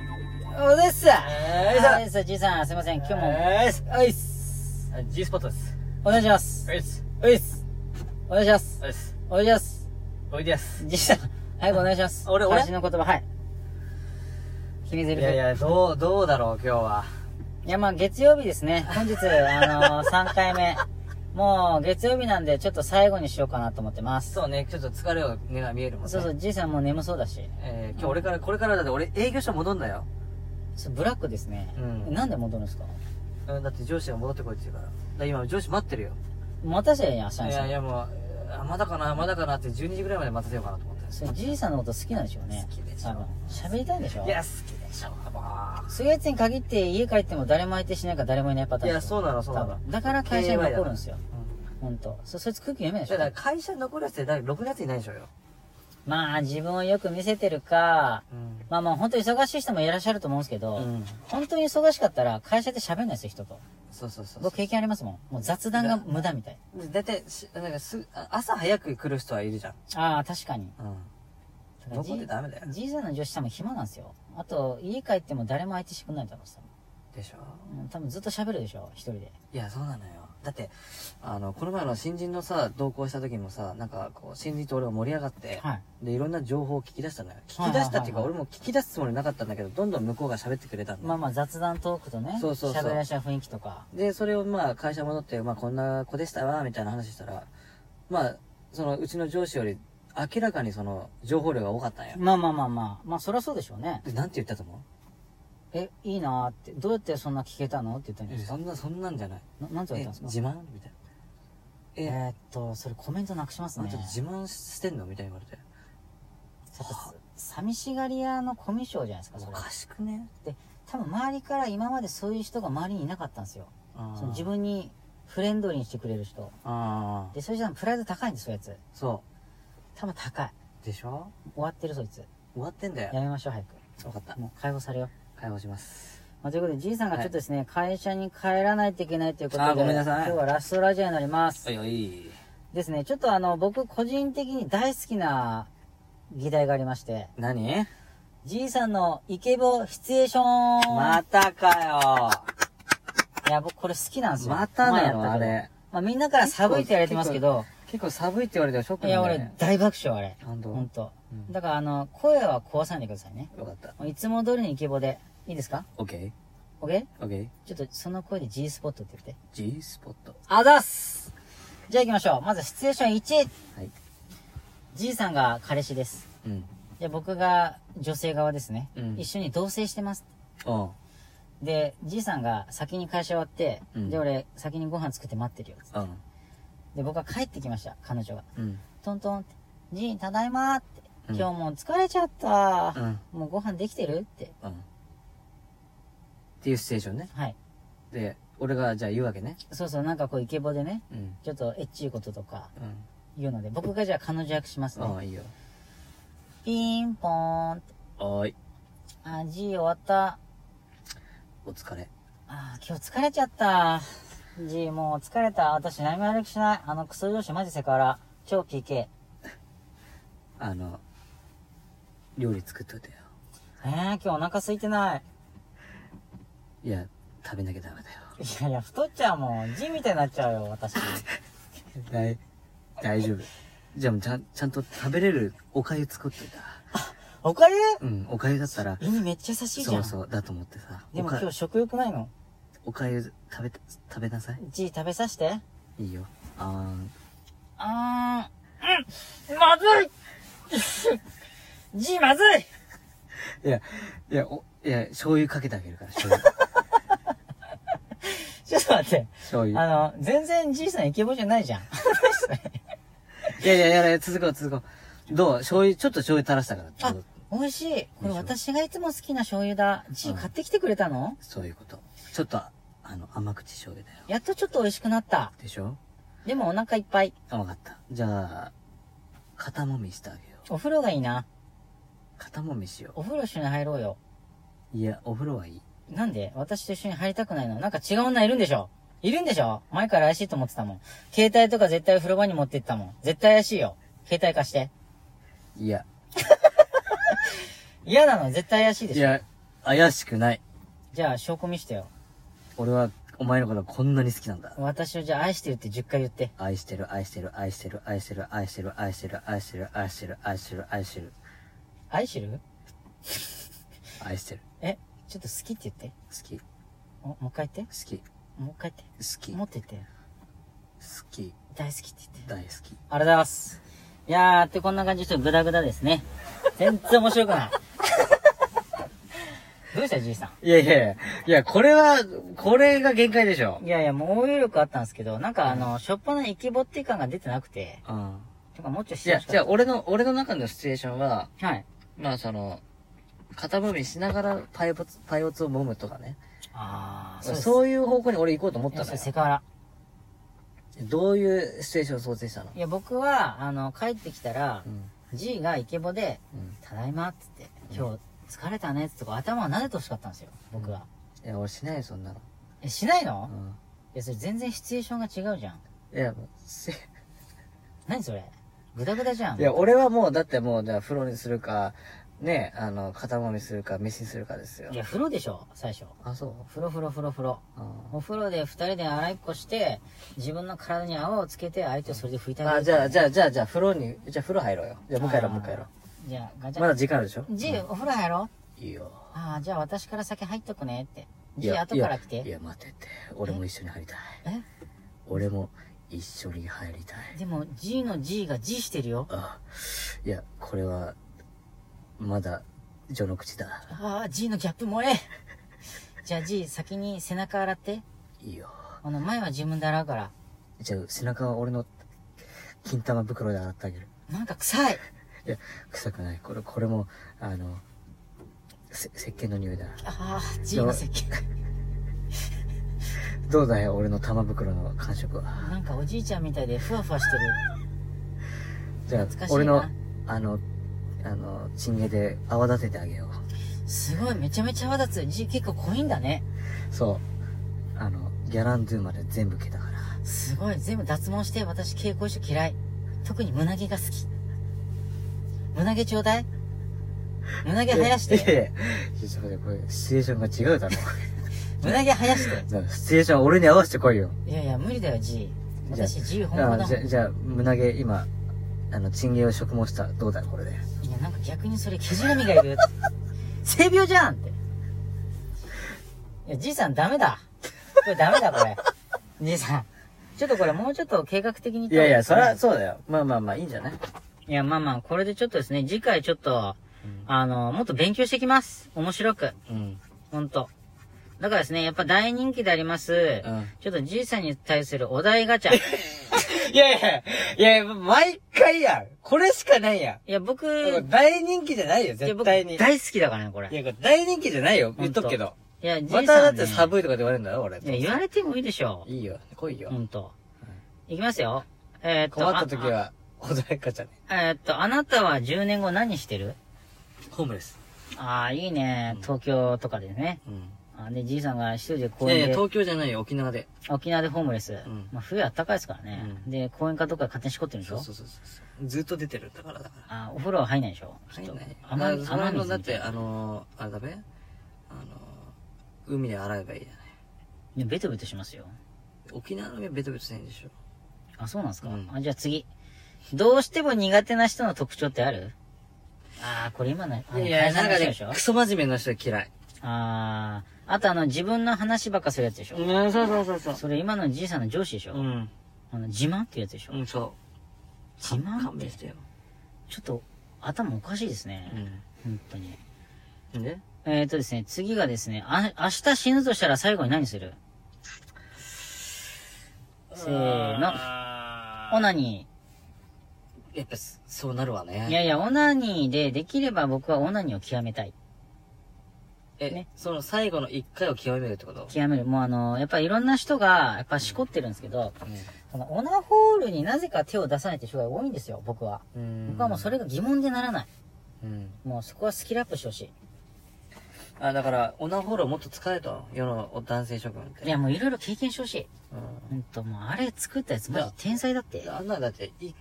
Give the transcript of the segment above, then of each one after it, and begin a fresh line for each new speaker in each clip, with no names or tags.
もうです
いさ
はいですじいさんすいません今日も
はいっす
おいっす
あ G スポットです
お願いします
はいっす
おいっすお願いします
はいっす
お願いします
おいでやす
じいさん早くお願いします
俺俺
私の言葉はい決め
い
台詞
やいやどうどうだろう今日はい
やまあ月曜日ですね本日あのー、3回 目もう月曜日なんでちょっと最後にしようかなと思ってます
そうねちょっと疲れを目が見えるもんね
そうそうじいさんもう眠そうだし
えー今日俺からこれからだって俺営業所戻んだよ
そうブラックですね、
うん
なんで戻るんですか
うんだって上司が戻ってこいって言うからだから今上司待ってるよ
待たせりゃいいやしない
い
です
や
か
いやもうあまだかなまだかなって12時ぐらいまで待たせようかなと思ってる
それじいさんのこと好きなんでしょうね
好きでしょ
あの喋りたいんでしょ
いや好きでしょも
そういうやつに限って家帰っても誰も相手しないから誰もいないパタ
う
ー
い
ンで
や
す
そ
よ
うなのそうな
多
の
分だから会社に残るんですよ
うん
ほんとそそいつ空気読めないで
だ
し
から
ょ
会社に残るやつってだい6月いないでしょうよ
まあ自分をよく見せてるかまあまあ本当忙しい人もいらっしゃると思うんですけど、
うん
本当に忙しかったら会社で喋んないですよ人と
そうそうそうそう
僕経験ありますもんもう雑談が無駄みたい
で大体しなんかすあ朝早く来る人はいるじゃん、
ああ確かに
うん、どこでダメだよ
じいさんの女子多分暇なんですよあと家帰っても誰も相手してくんないと思うんですよ
でしょ
うん多分ずっと喋るでしょ一人で
いやそうなのよだってあのこの前の新人のさ同行した時もさなんかこう新人と俺が盛り上がって、
はい
でいろんな情報を聞き出したのよ
は
聞
い
き
はいはい
出したっていうか、俺も聞き出すつもりなかったんだけどどんどん向こうが喋ってくれたの、
まあまあ雑談トークとね
そうそうそう
喋りやしい雰囲気とか
でそれをまあ会社戻って、まあ、こんな子でしたわみたいな話したらまあそのうちの上司より明らかにその情報量が多かったんよ、
まあまあまあまあまあそりゃそうでしょうね
でなんて言ったと思う
えいいなーってどうやってそんな聞けたのって言ったんですか
そんなそんなんじゃない
ななんて言われ
え
たんですか
自慢みたいな
え
え
ーっとそれコメントなくします
あ
ね
んた自慢してんのみたいに言われて
やっぱ寂しがり屋のコミュ障じゃないですかそ
お
れ
かしくね
多分周りから今までそういう人が周りにいなかったんですよその自分にフレンドリーにしてくれる人
ああ
でそれじゃプライド高いんですそういうやつ
そ
多分高いう
でしょ
終わってるそいつ
終わってんだ
や
よ
めましょう早
分かった
くもう解放されよう、
解放します
まあ、ということでじいさんがちょっとですね、会社に帰らないといけないということで
あーごめんなさい
今日はラストラジオになります
いおい
ですね、ちょっとあの、僕個人的に大好きな議題がありまして、
何
じいさんのイケボシチュエーション、
またか
いや、僕これ好きなんです
よ
よ。
また
前
な
やったけ
の
ど
あ。れ
まあみんなから寒いって言われてますけど、
結構寒いって言われたらショック
い
なん
や、
だよ
俺
ね
大爆笑あれ。
本当
ほんと
うん。
だからあの、声は壊さないでくださいね。
よかった
いつも通りにイケボで。いいですか
OK
?OK?
OK
ちょっとその声で G スポットって言って。
G スポット
あざっすじゃあ行きましょう。まずシチュエーション1。
はい
じいさんが彼氏です。
うん
で、僕が女性側ですね。
うん
一緒に同棲してます。
お
で、じいさんが先に会社終わって、
うん
で、俺、先にご飯作って待ってるよ。
うん
で、僕は帰ってきました、彼女が。
うん
トントンって、じい、ただいまーって、
うん
今日もう疲れちゃった、
うん
もうご飯できてるって。
うんっていうシチュエーションね
はい。
で俺がじゃあ言うわけね
そうそう、なんかこう、イケボでね、
うん
ちょっとエッチいこととか
うん
言うので、僕がじゃあ彼女役しますね。
ああいいよ
ピンポーンって、
おーい
あ、じい終わった。
お疲れ
あー、今日疲れちゃった。じい、もう疲れた。私何もやる気しない。あのクソ上司マジセクハラ。超 PK。
あの料理作っといてよ
えー、今日お腹空いてない。
いや食べなきゃダメだよ
いやいや、太っちゃうもん。字みたいになっちゃうよ、私。
大大丈夫じゃあもうちゃんちゃんと食べれるおかゆ作っといた
おかゆ
うんおかゆだったら
胃にめっちゃ優しいじ
そ
ゃん。
うそうだと思ってさ
でも
おか
今日食欲ないの。
おかゆ食べ食べなさい
字食べさせて。
いいよあ
あーん。うんまずい字まずい
ーいやいやおいや醤油かけてあげるから醤油
ちょっと待って。
醤 油
あの、全然じいさんイケボじゃないじゃん。
いやいやいやいや続こう続こうどう醤油ちょっと醤油垂らしたからちょ
あ
うど、
美味しい。これ私がいつも好きな醤油だ。じい買ってきてくれたの
そういうことちょっとあの甘口醤油だよ
やっとちょっと美味しくなった。
でしょ
でもお腹いっぱい。
あ、わかった。じゃあ、肩もみしてあげよう。
お風呂がいいな。
肩もみしよ
お風呂一緒に入ろうよ。
う。いや、お風呂はいい。
なんで私と一緒に入りたくないのなんか違う女いるんでしょいるんでしょ前から怪しいと思ってたもん。携帯とか絶対風呂場に持ってったもん。絶対怪しいよ。携帯貸して。
いや、
嫌なの絶対怪しいで
い
しょ
や、怪しくない。
じゃあ、証拠見してよ。
俺は、お前のことこんなに好きなんだ。
私をじゃあ愛してるって10回言って。
愛してる、愛してる、愛してる、愛してる、愛してる、愛してる、愛してる、愛してる、愛してる、愛してる、
愛してる
愛してる。
え、ちょっと好きって言って。
好き、好
おもう一回言って。
き、好
もう一回言って。
き、
も
好
っと言って。
き、
大好きって言って。
大好き。
ありがとうございます。いやーってこんな感じでちょっとグダグダですね。全然面白く ない。どうしたじいさ
いやいやいや、いや、これは、これが限界でしょ
ん。。いやいや、もう応用力あったんですけど、なんかあの、しょっぱな生きぼって感が出てなくて、
うん。
とかもうちょいし
いや、
まし
じゃ
ょ
あ俺の、俺の中のシチュエーションは、
う。はい。
まあその、肩踏みしながらパイオツ、パイオツを揉むとかね。
あー、
そ
そううそう。
いう方向に俺行こうと思っ
い
た
や
の
そ
よ
れ。セクハラ。
どういうシチュエーションを想定したの
いや、僕は、あの、帰ってきたら
う、ん。
じいがイケボで、
うん。
ただいまっつって、今日疲れたねっつってこう頭を撫でてほしかったんですよ、僕は。
いや、俺しないよ、そんなの。
え、しないの
う
いや、それ全然シチュエーションが違うじゃん。
ん。いや、せ
何それグダグダじゃん。
いや、俺はもう、だってもう、じゃあ風呂にするか、ね、あの、肩揉みするか、飯にするかですよ
い。や、風呂でしょ、最初。
あ、そう
風呂風呂風呂風呂。
あ
お風呂で二人で洗いっこして、自分の体に泡をつけて、相手をそれで拭いて
ー
あ
あ、
げ
じ
る。
ゃあ、じゃあ、じゃあ、じゃあ、風呂に、じゃあ風呂入ろうよ。じゃあ、もう一回やろう、
あー
もう一回やろ
じゃあ、ガチ
う。ま
ャ。
だ時間あるでしょ
じい、お風呂入ろう
いいよ。
ああ、じゃあ私から先入っとくねって。
い
じい、
や、
後から来
いやい
て。
や、待ってって。俺も一緒に入りたい。
え
俺も一緒に入りたい。
でも、じいのじいがじいしてるよ。
あ、いや、これは、まだ、序の口だ。
ああ、じいのギャップ萌え。 じゃあじい、先に背中洗って。
いいよ。
あの、前は自分で洗うから。
じゃあ、背中は俺の、金玉袋で洗ってあげる。
なんか臭い。
いや、臭くない。これ、これも、あの、せ、石鹸の匂いだ。
ああ、じいの石鹸。
どうだよ、俺の玉袋の感触は。
なんかおじいちゃんみたいでふわふわしてる。
じゃ
懐か
あ、
しいな
俺の、あの、あの、チンゲで泡立ててあげよう。
すごい、めちゃめちゃ泡立つ。じ、結構濃いんだね。
そう。あの、ギャランドゥまで全部消えたから。
すごい、全部脱毛して、私、蛍光色嫌い。特に胸毛が好き。胸毛ちょうだい胸毛生やし
いやい
て。
やいやちょっと待って、これ、シチュエーションが違うだろ。
胸毛生やして。
だからシチュエーション俺に合わせてこいよ。
いやいや、無理だよ、じい。
じゃあ
私、じい本
あ
物だもん。
じゃ、
い
じゃあ、胸毛、今、あの、チンゲを植毛した。どうだこれで。
や、なんか逆にそれ、毛じらみがいる。性病じゃんって。いや、じいさん、ダメだ。これ、ダメだ、これ。じいさん。ちょっとこれ、もうちょっと計画的に。
いやいや、そりゃ、そうだよ。まあまあまあ、いいんじゃない
いや、まあまあ、これでちょっとですね、次回ちょっと、
うん
あの、もっと勉強してきます。面白く。
うん。
ほんと。だからですね、やっぱ大人気であります、
うん。
ちょっとじいさんに対するお題ガチャ。い
いやいや、いやいや、毎回やん。これしかないやん。
や、 僕、
大人気じゃないよ、
いや
絶
僕
対に。いや、
大好きだからね、これ。い
これ大人気じゃないよ、言っとくけど。
や、じいさ
ま
ん、ね。
ただって寒いとかで言われるんだろ、俺。
いや、言われてもいいでしょ。
いいよ、来いうよ
ほ。んと。いきますよ。えー、っと、
困った時は、穏やかじゃね。
あ。あえーっと、あなたは10年後何してる
ホームレス。
ああ、いいね。東京とかでね。
うん。
あで、じいさんが一人で
い
公
やいや、
園で、
東京じゃないよ、沖縄で。
沖縄でホームレス。
ん
まあ、冬あったかいですからね。
うん
で、公園かどっかで勝手にしこってるでし
そ
ょ
うそうそうそう。ずっと出てるんだからだから。
あお風呂は入んないでしょ
入んないよ。
甘い
だから
甘い
そ
水
れの
み
だ
た
っ
い
て、あのー、あれだべあのー、海で洗えばいいじゃない。
いやベトベトしますよ。
沖縄の海はベトベトしないんでしょ。
あ、そうなんですか、
うん
あ、じゃあ次。どうしても苦手な人の特徴ってあるあー、これ今ね。あの
いや、
会社
な
の
んか
人
ね
でしょ、
クソ真面目な人嫌い。
あー、あとあの、自分の話ばっかするやつでしょ、
うん、そうそうそうそう。
それ今のじいさんの上司でしょ、
うん。
あの、自慢ってやつでしょ、
うん、そう。
自慢
勘
って
弁し、てよ。
ちょっと、頭おかしいですね。本当に。
うん。で
えーとですね、次がですね、あ、明日死ぬとしたら最後に何するせーの。オナニ
やっぱそ、そうなるわ
ー。いや
ね。
いや、オナニーで、できれば僕はオナニーを極めたい。
え、
ね
その最後の一回を極めるってこと
極める。もうあの、やっぱりいろんな人が、やっぱしこってるんですけど、そのオナホールになぜか手を出さないって人が多いんですよ、僕は。
うん
僕はもうそれが疑問でならない。
うん。
もうそこはスキルアップしてほし
あ、だから、オナホールをもっと使えと。世の男性諸君っ
い。
て。
いや、もういろいろ経験してほしい。
う
ほ
ん。
んと、もうあれ作ったやつマジ天才だって。
あんなだって、い、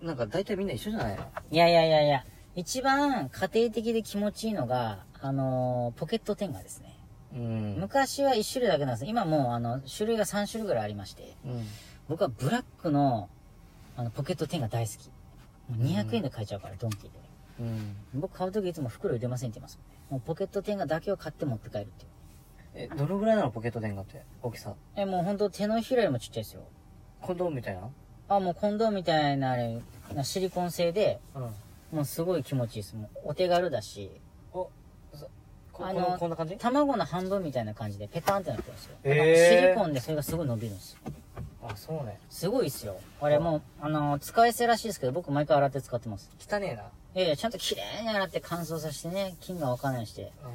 なんか大体みんな一緒じゃないの
いやいやいやいや、一番家庭的で気持ちいいのが、あのーポケット10がですね、
うん。
昔は1種類だけなんです今もうあの種類が3種類ぐらいありまして
うん。
僕はブラックのあのポケット10が大好きもう200円で買えちゃうから、ドンキーで
うん。
僕買う時いつも袋入れませんって言いますもんねもうポケット10がだけを買って持って帰るっていう
え、どのぐらいなのポケット電話って大きさ。
えもうほんと手のひらよりもちっちゃいですよ
コンドームみたいな
あもうコンドームみたいなあれシリコン製で
うん。
もうすごい気持ちいいですもうお手軽だし
お、そこ、
あの
このこんな感じ
卵の半分みたいな感じでペタンってなってるんですよ、
へー
シリコンでそれがすごい伸びるんですよ
あ、そうね。
すごいっすよあれもうあの使い捨てらしいですけど僕毎回洗って使ってます
汚ねえな。あ、
いやいやちゃんと綺麗に洗って乾燥させてね菌がわかんないようにして
ほん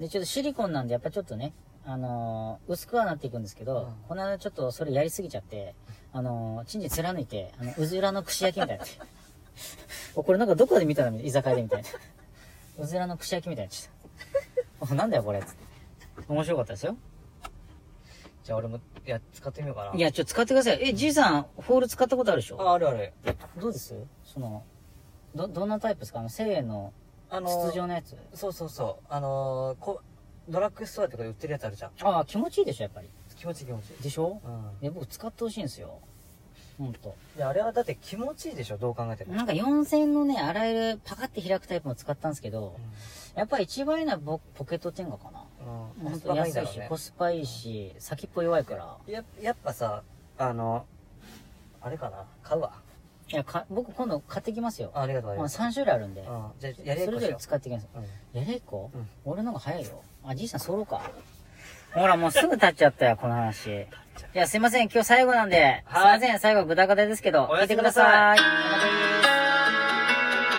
でちょっとシリコンなんでやっぱちょっとねあのー薄くはなっていくんですけど、
うん
この間ちょっとそれやりすぎちゃってあのーチンチ貫いてあのうずらの串焼きみたいになって おこれなんかどこで見たのみたいな居酒屋でみたいなうずらの串焼きみたいになっちゃったおなんだよこれっつって面白かったですよ
じゃあ俺も、いや、使ってみようかな。
い。やちょっと使ってくださいえじいさんホール使ったことあるでしょ
あ、あるある。
どうですそのどどんなタイプですかあの1000円の
あの
筒、状のやつ
そうそうそう。あのー、こ、ドラッグストアとかで売ってるやつあるじゃん。
ああ気持ちいいでしょやっぱり
気持ちいい気持ちいい。
でしょ
うん。
いや僕使ってほしいんですよほんと
いや、あれはだって気持ちいいでしょ、どう考えても。
なんか4000のね洗えるパカって開くタイプも使ったんですけどやっぱり一番いいのは僕ポケット天下かな
う
ほ
ん。コ
ん
ス
と
パがいい
安
んだ
い
ろ
し
うね
コ。スパいいし先っぽ弱いから
や、やっぱさ、あの、あれかな買うわ。
いやか僕今度買ってきますよ
あありがとう、あり
まあ
がと
3種類あるんで
う。うん。じゃあ、やり
それ
やっこ
ぞ
し
れ
よ
使ってきます
う。うん。
やれっこ
うん
俺の方が早いよあじいさんソロかほらもうすぐ経っちゃったよこの話いやすいません今日最後なんで、
はい
すいません最後豚ダカですけど
お
聞
や
いて
す
く
み
だ
な
さ
さ
い
い
お待たせ